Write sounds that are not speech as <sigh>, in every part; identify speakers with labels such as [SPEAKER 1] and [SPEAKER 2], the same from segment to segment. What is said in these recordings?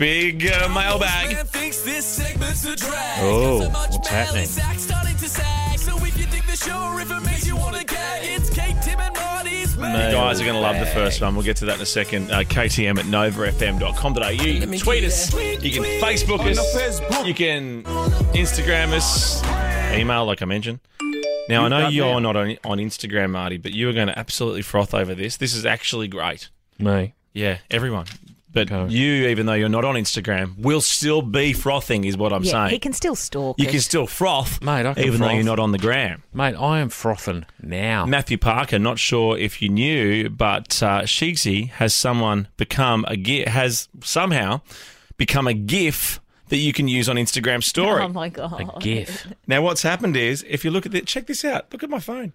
[SPEAKER 1] Big uh, mailbag.
[SPEAKER 2] Man thinks this segment's a drag.
[SPEAKER 1] Oh,
[SPEAKER 2] Got so much
[SPEAKER 1] what's
[SPEAKER 2] mail,
[SPEAKER 1] happening?
[SPEAKER 2] it's act starting to sag. So if you dig the show, or if it makes you want to gag, it's Kate, Tim, and Marty's
[SPEAKER 1] You
[SPEAKER 2] mail.
[SPEAKER 1] guys are going to love the first one. We'll get to that in a second. Uh, KTM at novafm.com.au. You can tweet us. You can Facebook us. You can Instagram us. Email, like I mentioned. Now, I know
[SPEAKER 3] done
[SPEAKER 1] you're
[SPEAKER 3] now.
[SPEAKER 1] not on, on Instagram, Marty, but you are going to absolutely froth over this. This is actually great.
[SPEAKER 3] Me.
[SPEAKER 1] Yeah, everyone. But
[SPEAKER 3] Okay.
[SPEAKER 1] you, even though you're not on Instagram, will still be frothing, is what I'm
[SPEAKER 4] yeah, he
[SPEAKER 1] saying.
[SPEAKER 4] can still stalk.
[SPEAKER 1] You
[SPEAKER 4] it.
[SPEAKER 1] can still froth,
[SPEAKER 3] Mate, I can
[SPEAKER 1] even though
[SPEAKER 3] froth.
[SPEAKER 1] you're not on the gram.
[SPEAKER 3] Mate, I am frothing now.
[SPEAKER 1] Matthew Parker, not sure if you knew, but uh, Sheezy has someone become a gif, has somehow become a GIF that you can use on Instagram story.
[SPEAKER 4] <laughs> Oh my god!
[SPEAKER 3] A GIF.
[SPEAKER 1] now, what's happened is, if you look at this, check this out. Look at my phone.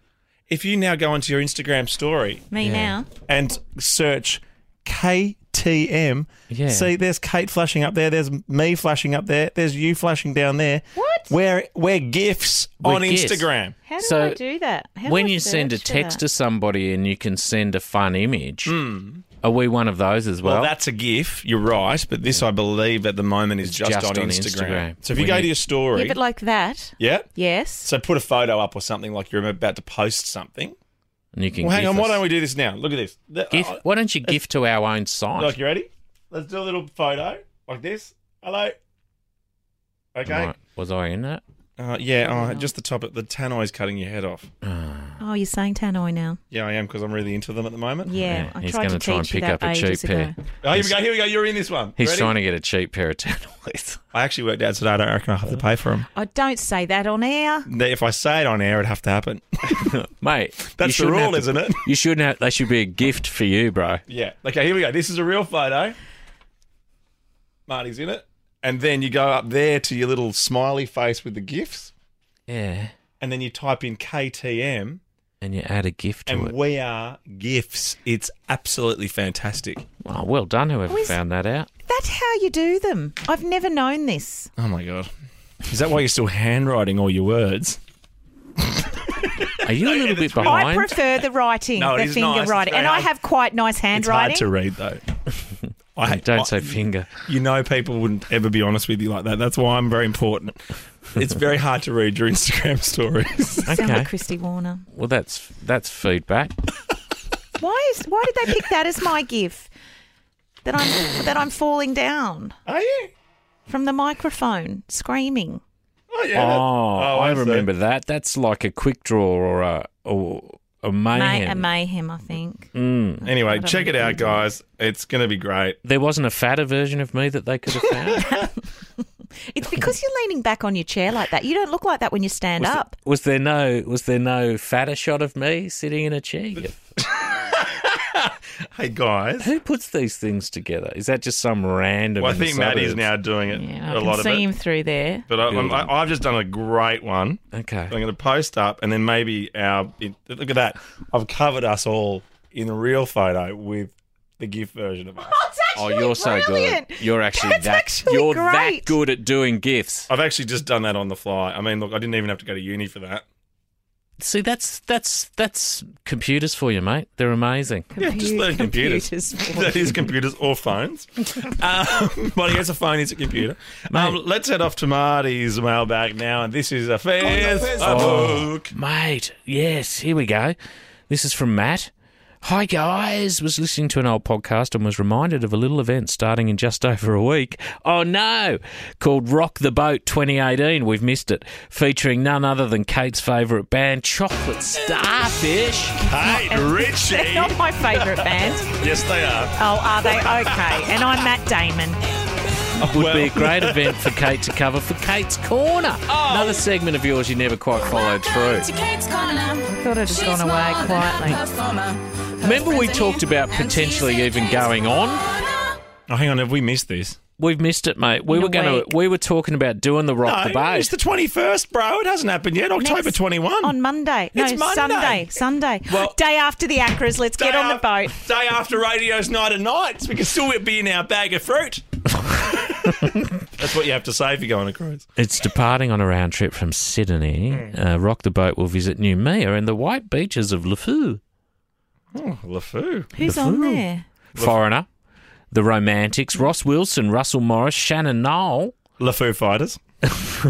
[SPEAKER 1] If you now go onto your Instagram story
[SPEAKER 4] Me now.
[SPEAKER 1] and search KTM,
[SPEAKER 3] Yeah.
[SPEAKER 1] see, there's Kate flashing up there. There's me flashing up there. There's you flashing down there.
[SPEAKER 4] What?
[SPEAKER 1] We're we're GIFs
[SPEAKER 3] We're
[SPEAKER 1] on
[SPEAKER 3] GIFs.
[SPEAKER 1] Instagram.
[SPEAKER 4] How do
[SPEAKER 3] So,
[SPEAKER 4] I do that? How do
[SPEAKER 3] when
[SPEAKER 4] I
[SPEAKER 3] you send a
[SPEAKER 4] search for
[SPEAKER 3] text
[SPEAKER 4] that?
[SPEAKER 3] to
[SPEAKER 4] uh,
[SPEAKER 3] somebody and you can send a fun image, are we one of those as well?
[SPEAKER 1] Hmm. Well, that's a GIF. You're right, but this, I believe, at the moment is just,
[SPEAKER 3] just
[SPEAKER 1] on,
[SPEAKER 3] on
[SPEAKER 1] Instagram.
[SPEAKER 3] Instagram.
[SPEAKER 1] So if you
[SPEAKER 3] We
[SPEAKER 1] go
[SPEAKER 3] need-
[SPEAKER 1] to your story,
[SPEAKER 4] Give it like that.
[SPEAKER 1] yeah.
[SPEAKER 4] Yes.
[SPEAKER 1] So put a photo up or something like you're about to post something.
[SPEAKER 3] and you can
[SPEAKER 1] Well, hang
[SPEAKER 3] GIF
[SPEAKER 1] on. Why
[SPEAKER 3] us.
[SPEAKER 1] don't we do this now? Look at this. The-
[SPEAKER 3] GIF?
[SPEAKER 1] uh,
[SPEAKER 3] Why don't you GIF to our own site?
[SPEAKER 1] look, you ready? Let's do a little photo like this. Hello. Okay.
[SPEAKER 3] Right. Was I in that?
[SPEAKER 1] Uh, yeah. Oh, just the top. Of, the tannoy's cutting your head off.
[SPEAKER 4] oh, you're saying Tannoy now.
[SPEAKER 1] Yeah, I am because I'm really into them at the moment.
[SPEAKER 4] Yeah,
[SPEAKER 3] Yeah,
[SPEAKER 4] I
[SPEAKER 3] he's
[SPEAKER 4] tried
[SPEAKER 3] gonna
[SPEAKER 4] to
[SPEAKER 3] try and
[SPEAKER 4] teach you
[SPEAKER 3] pick
[SPEAKER 4] that
[SPEAKER 3] up a
[SPEAKER 4] ages
[SPEAKER 3] cheap
[SPEAKER 4] ago.
[SPEAKER 3] pair.
[SPEAKER 1] Oh, here we go. Here we go. You're in this one.
[SPEAKER 3] He's
[SPEAKER 1] Ready?
[SPEAKER 3] trying to get a cheap pair of tannoys.
[SPEAKER 1] I actually worked out today. I don't reckon I have to pay for them.
[SPEAKER 4] Oh, don't say that on air.
[SPEAKER 1] If I say it on air, it'd have to happen.
[SPEAKER 3] <laughs> <laughs> Mate, you
[SPEAKER 1] That's the
[SPEAKER 3] shouldn't have
[SPEAKER 1] rule,
[SPEAKER 3] to-
[SPEAKER 1] isn't it?
[SPEAKER 3] You shouldn't have. They should be a gift for you, bro.
[SPEAKER 1] <laughs> Yeah. Okay, here we go. This is a real photo. Marty's in it. And then you go up there to your little smiley face with the GIFs.
[SPEAKER 3] Yeah.
[SPEAKER 1] And then you type in KTM
[SPEAKER 3] And you add a gift to
[SPEAKER 1] and
[SPEAKER 3] it.
[SPEAKER 1] we are GIFs. It's absolutely fantastic.
[SPEAKER 3] Oh, well done, whoever
[SPEAKER 4] Oh, is-
[SPEAKER 3] found
[SPEAKER 1] <laughs>
[SPEAKER 3] that out.
[SPEAKER 4] That's how you do them. I've never known this.
[SPEAKER 1] Oh my God. Is that why you're still handwriting all your words?
[SPEAKER 3] Are you a little bit
[SPEAKER 4] I
[SPEAKER 3] behind?
[SPEAKER 4] prefer the writing,
[SPEAKER 1] No, it
[SPEAKER 4] the
[SPEAKER 1] is
[SPEAKER 4] finger
[SPEAKER 1] nice. It's
[SPEAKER 4] writing,
[SPEAKER 1] very
[SPEAKER 4] and I
[SPEAKER 1] hard-
[SPEAKER 4] have quite nice
[SPEAKER 1] It's hard
[SPEAKER 4] handwriting.
[SPEAKER 1] to read though. <laughs> I
[SPEAKER 3] Don't
[SPEAKER 1] I-
[SPEAKER 3] say finger.
[SPEAKER 1] You know, people wouldn't ever be honest with you like that. That's why I'm very important. It's very hard to read your Instagram <laughs> stories.
[SPEAKER 4] <laughs> Sound
[SPEAKER 3] Okay.
[SPEAKER 4] like Christy Warner.
[SPEAKER 3] Well, that's that's feedback.
[SPEAKER 4] Why is why did they pick that as my gif? That I'm that I'm falling down
[SPEAKER 1] Are you?
[SPEAKER 4] from the microphone, screaming.
[SPEAKER 1] Oh, yeah.
[SPEAKER 3] Oh,
[SPEAKER 1] that-
[SPEAKER 3] I
[SPEAKER 1] see.
[SPEAKER 3] remember that. That's like a quick draw or a or a
[SPEAKER 4] May,
[SPEAKER 3] mayhem.
[SPEAKER 4] a mayhem, I think.
[SPEAKER 1] Mm. Anyway,
[SPEAKER 4] don't
[SPEAKER 1] check it
[SPEAKER 4] know.
[SPEAKER 1] out, guys. It's going to be great.
[SPEAKER 3] there wasn't a fatter version of me that they could have found.
[SPEAKER 4] It's because you're leaning back on your chair like that. You don't look like that when you stand
[SPEAKER 3] was,
[SPEAKER 4] up.
[SPEAKER 3] was there no was there no fatter shot of me sitting in a chair?
[SPEAKER 1] Hey, guys.
[SPEAKER 3] Who puts these things together? Is that just some random?
[SPEAKER 1] <laughs> Well, I
[SPEAKER 3] in
[SPEAKER 1] think
[SPEAKER 3] the
[SPEAKER 1] Maddie's
[SPEAKER 3] suburbs?
[SPEAKER 1] now doing it,
[SPEAKER 4] yeah, I
[SPEAKER 1] a
[SPEAKER 4] can
[SPEAKER 1] lot of
[SPEAKER 4] see him
[SPEAKER 1] it.
[SPEAKER 4] through there.
[SPEAKER 1] But I, I'm,
[SPEAKER 3] Building.
[SPEAKER 1] I, I've just done a great one. I'm
[SPEAKER 3] Okay.
[SPEAKER 1] going to post up, and then maybe our. It, look at that. I've covered us all in a real photo with the GIF version of us.
[SPEAKER 3] Oh, you're so good.
[SPEAKER 4] brilliant.
[SPEAKER 3] You're actually
[SPEAKER 4] That's
[SPEAKER 3] that.
[SPEAKER 4] actually
[SPEAKER 3] you're that
[SPEAKER 4] great.
[SPEAKER 3] good at doing gifts.
[SPEAKER 1] I've actually just done that on the fly. I mean, look, I didn't even have to go to uni for that.
[SPEAKER 3] See, that's that's that's computers for you, mate. They're amazing.
[SPEAKER 1] Yeah, just
[SPEAKER 4] Compu-
[SPEAKER 1] learn
[SPEAKER 4] <laughs>
[SPEAKER 1] computers. <laughs> that is computers or phones. Um, but I guess a phone is a computer. Um, let's head off to Marty's mailbag now. And this is a Facebook.
[SPEAKER 3] Mate, yes, here we go. This is from Matt. Hi guys, was listening to an old podcast and was reminded of a little event starting in just <laughs> over a week. Oh no, called Rock the Boat 2018. We've missed it, featuring none other than Kate's favourite band, Chocolate Starfish.
[SPEAKER 1] Hey,
[SPEAKER 4] They're
[SPEAKER 1] Richie.
[SPEAKER 4] not my favourite band.
[SPEAKER 1] yes, they are.
[SPEAKER 4] Oh, are they? Okay. And I'm Matt Damon.
[SPEAKER 3] Would
[SPEAKER 1] Well-
[SPEAKER 3] be a great event for Kate to cover for Kate's Corner.
[SPEAKER 4] Oh.
[SPEAKER 3] Another segment of yours you never quite followed through.
[SPEAKER 4] Thought it had gone away quietly.
[SPEAKER 3] Remember, we talked about potentially even going on
[SPEAKER 1] Oh, hang on. Have we missed this?
[SPEAKER 3] We've missed it, mate. We
[SPEAKER 4] In a
[SPEAKER 3] were going
[SPEAKER 4] week.
[SPEAKER 3] to. We were talking about doing the rock the boat.
[SPEAKER 1] it's the 21st, bro. It hasn't happened yet. October
[SPEAKER 4] Next-
[SPEAKER 1] 21.
[SPEAKER 4] On Monday. No,
[SPEAKER 1] It's Monday.
[SPEAKER 4] Sunday. Sunday.
[SPEAKER 1] Well-
[SPEAKER 4] Day after the Acras. Let's get
[SPEAKER 1] Day
[SPEAKER 4] on the
[SPEAKER 1] af-
[SPEAKER 4] boat.
[SPEAKER 1] Day after radio's night of nights. We can still be in our bag of fruit. That's what you have to say if you go on a cruise.
[SPEAKER 3] It's departing on a round trip from Sydney.
[SPEAKER 1] Mm.
[SPEAKER 3] Uh, rock the boat will visit New Mia and the white beaches of Lafou.
[SPEAKER 1] Oh, LeFou.
[SPEAKER 4] Who's on there?
[SPEAKER 3] Foreigner, The Romantics, Ross Wilson, Russell Morris, Shannon Knoll, <laughs>
[SPEAKER 1] LeFou Fighters.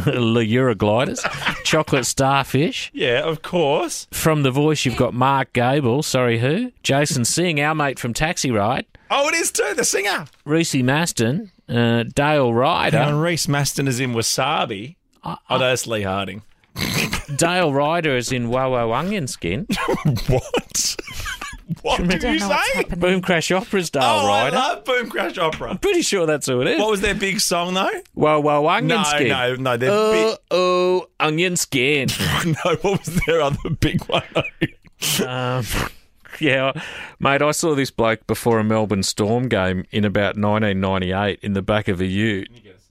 [SPEAKER 3] La Eurogliders, <laughs> Chocolate Starfish.
[SPEAKER 1] Yeah, of course.
[SPEAKER 3] From The Voice, you've got Mark Gable, sorry who? Jason Singh, our mate from Taxi Ride,
[SPEAKER 1] Oh, it is too. The singer.
[SPEAKER 3] Reese Maston, uh, Dale Ryder.
[SPEAKER 1] <laughs> And Reese Maston is in Wasabi. oh, no, that's Lee Harding.
[SPEAKER 3] Dale Ryder is in Wowo Onion Skin.
[SPEAKER 1] <laughs>
[SPEAKER 4] <laughs>
[SPEAKER 1] What? what
[SPEAKER 4] I
[SPEAKER 1] did
[SPEAKER 4] don't
[SPEAKER 1] you
[SPEAKER 4] know what's
[SPEAKER 1] say?
[SPEAKER 4] happening.
[SPEAKER 3] Boom Crash Opera's Dale
[SPEAKER 1] Oh, I
[SPEAKER 3] Ryder.
[SPEAKER 1] love Boom Crash Opera.
[SPEAKER 3] Pretty sure that's who it is.
[SPEAKER 1] What was their big song though?
[SPEAKER 3] Wow, wow, onion
[SPEAKER 1] No,
[SPEAKER 3] skin.
[SPEAKER 1] no, no. Their
[SPEAKER 3] Oh, oh,
[SPEAKER 1] <laughs>
[SPEAKER 3] onion skin.
[SPEAKER 4] Uh,
[SPEAKER 1] big no. What was their other big one? <laughs>
[SPEAKER 3] yeah, mate, I saw this bloke before a Melbourne Storm game in about 1998 in the back of a ute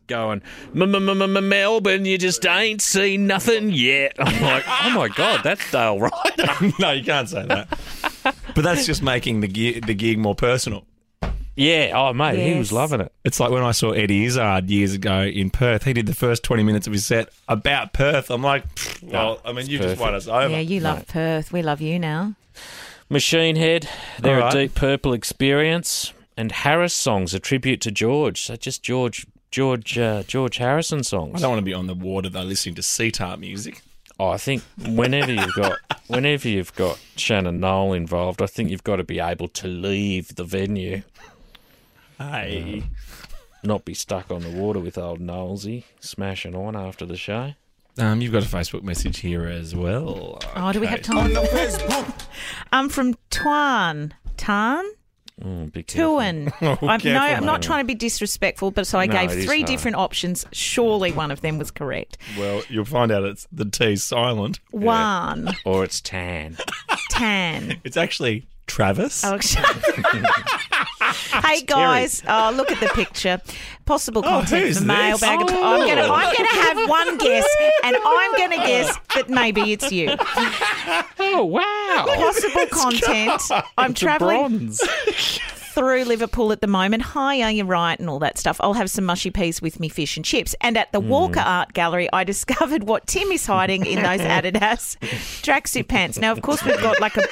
[SPEAKER 3] going, Melbourne, you just ain't seen nothing yet.
[SPEAKER 1] <laughs>
[SPEAKER 3] I'm like, oh my God, that's Dale Ryder.
[SPEAKER 1] no, you can't say that. But that's just making the gig, the gig more personal.
[SPEAKER 3] <laughs> Yeah, oh, mate, he was
[SPEAKER 4] Yes.
[SPEAKER 3] loving it.
[SPEAKER 1] It's like when I saw Eddie Izzard years ago in Perth. He did the first twenty minutes of his set about Perth. I'm like, pfft, well, I mean, you just won us over.
[SPEAKER 4] Yeah, you love Perth. We love you now.
[SPEAKER 3] Machine Head, they're
[SPEAKER 1] All right.
[SPEAKER 3] a deep purple experience, and Harris songs, a tribute to George. So just George, George, uh, George Harrison
[SPEAKER 1] I
[SPEAKER 3] songs.
[SPEAKER 1] don't want to be on the water though, listening to sitar music.
[SPEAKER 3] Oh, I think whenever you've got whenever you've got Shannon Knoll involved, I think you've got to be able to leave the venue,
[SPEAKER 1] Hey,
[SPEAKER 3] not be stuck on the water with old Knowlesy smashing on after the show.
[SPEAKER 1] um, you've got a Facebook message here as well.
[SPEAKER 4] Oh, do we have
[SPEAKER 1] Okay.
[SPEAKER 4] time? <laughs> I'm from Tuan. Tarn?
[SPEAKER 3] Oh, be careful.
[SPEAKER 4] Tuan. <laughs> I'm, no, I'm
[SPEAKER 1] careful,
[SPEAKER 4] not trying to be disrespectful, but so I
[SPEAKER 3] No,
[SPEAKER 4] gave
[SPEAKER 3] it is
[SPEAKER 4] three
[SPEAKER 3] hard.
[SPEAKER 4] different options. Surely one of them was correct.
[SPEAKER 1] Well, you'll find out it's the T silent.
[SPEAKER 4] Wan.
[SPEAKER 3] or it's tan.
[SPEAKER 1] <laughs>
[SPEAKER 4] Tan.
[SPEAKER 1] It's actually Travis.
[SPEAKER 4] Oh, <laughs> sh- hey guys, oh look at the picture. Possible content
[SPEAKER 1] who's
[SPEAKER 4] for mailbag.
[SPEAKER 1] this?
[SPEAKER 4] I'm gonna I'm gonna have one guess and I'm gonna guess that maybe it's you.
[SPEAKER 3] <laughs> Oh wow!
[SPEAKER 4] Possible content. I'm travelling
[SPEAKER 3] Bronze.
[SPEAKER 4] through Liverpool at the moment. Hi, are you right? And all that stuff. I'll have some mushy peas with me fish and chips. And at the Walker Art Gallery, I <laughs> discovered what Tim is hiding in those Adidas tracksuit pants. Now, of course, we've got like a,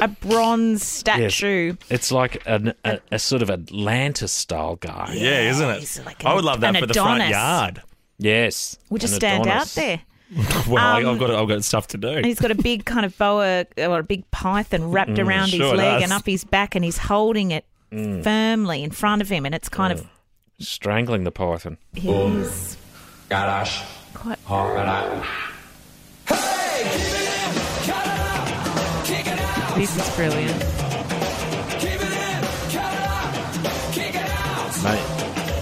[SPEAKER 4] a bronze statue.
[SPEAKER 3] It's like an, a, a sort of Atlantis style guy.
[SPEAKER 1] yeah, isn't
[SPEAKER 4] he's
[SPEAKER 1] it?
[SPEAKER 4] like
[SPEAKER 1] I
[SPEAKER 4] an-
[SPEAKER 1] would love that
[SPEAKER 4] an
[SPEAKER 1] for the front
[SPEAKER 4] Adonis.
[SPEAKER 1] yard.
[SPEAKER 3] Yes,
[SPEAKER 4] We'll just
[SPEAKER 3] an
[SPEAKER 4] stand out
[SPEAKER 3] Adonis.
[SPEAKER 4] there.
[SPEAKER 1] Well, I
[SPEAKER 4] Um,
[SPEAKER 1] I've got I've got stuff to do.
[SPEAKER 4] And he's got a big kind of boa or a big python wrapped around his
[SPEAKER 1] sure
[SPEAKER 4] leg
[SPEAKER 1] does.
[SPEAKER 4] and up his back, and he's holding it firmly in front of him, and it's kind of
[SPEAKER 3] strangling the python.
[SPEAKER 4] he is
[SPEAKER 5] Garage.
[SPEAKER 4] quite
[SPEAKER 5] All right.
[SPEAKER 4] this is brilliant.
[SPEAKER 3] Mate,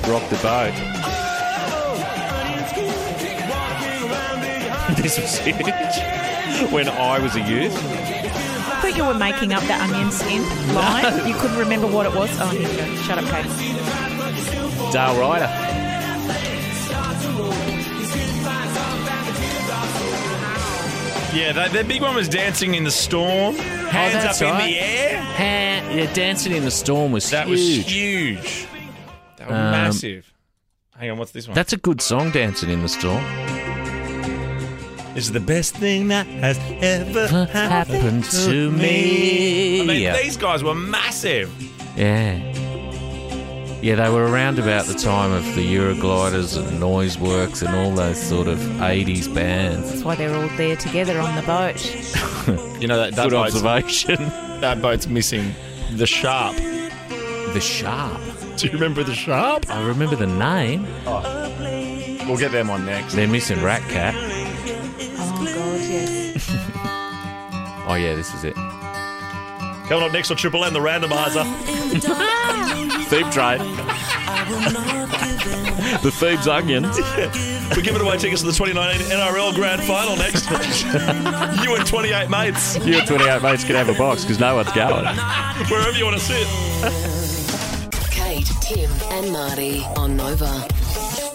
[SPEAKER 3] rock the
[SPEAKER 1] <laughs>
[SPEAKER 3] boat. this was huge. When I was a youth.
[SPEAKER 4] I thought you were making up the onion skin line. You couldn't remember what it was. Oh, here we go. Shut up, Kate.
[SPEAKER 3] Dale Ryder.
[SPEAKER 1] Yeah, that, that big one was dancing in the storm.
[SPEAKER 4] Oh,
[SPEAKER 1] Hands
[SPEAKER 3] that's
[SPEAKER 1] up in
[SPEAKER 3] right.
[SPEAKER 1] the air.
[SPEAKER 3] Ha- yeah, Dancing in the Storm was
[SPEAKER 1] That was
[SPEAKER 3] huge.
[SPEAKER 1] huge. That was
[SPEAKER 3] Um,
[SPEAKER 1] massive. Hang on, what's this one?
[SPEAKER 3] That's a good song, Dancing in the Storm.
[SPEAKER 1] This is the best thing that has ever
[SPEAKER 3] What happened to me?
[SPEAKER 1] I mean,
[SPEAKER 3] yeah.
[SPEAKER 1] these guys were massive.
[SPEAKER 3] yeah. Yeah, they were around about the time of the Eurogliders and Noise Works and all those sort of 80s bands.
[SPEAKER 4] That's why they're all there together on the boat.
[SPEAKER 1] You know that that,
[SPEAKER 3] Good
[SPEAKER 1] boat's,
[SPEAKER 3] observation.
[SPEAKER 1] that boat's missing the sharp.
[SPEAKER 3] the Sharp.
[SPEAKER 1] <laughs> Do you remember the sharp?
[SPEAKER 3] I remember the name.
[SPEAKER 1] We'll get them on next.
[SPEAKER 3] They're missing Rat Cat.
[SPEAKER 4] Oh, God, yes.
[SPEAKER 3] Oh yeah, this is it.
[SPEAKER 1] Coming up next on Triple M, the randomizer.
[SPEAKER 3] Thebe trade. the Thebe's onion.
[SPEAKER 1] We're giving away tickets to the 2019 NRL Grand Final <laughs> next. you and 28 mates,
[SPEAKER 3] You and 28 mates can have a box because no one's going.
[SPEAKER 1] wherever you want to sit.
[SPEAKER 6] Kate, Tim, and Marty on Nova.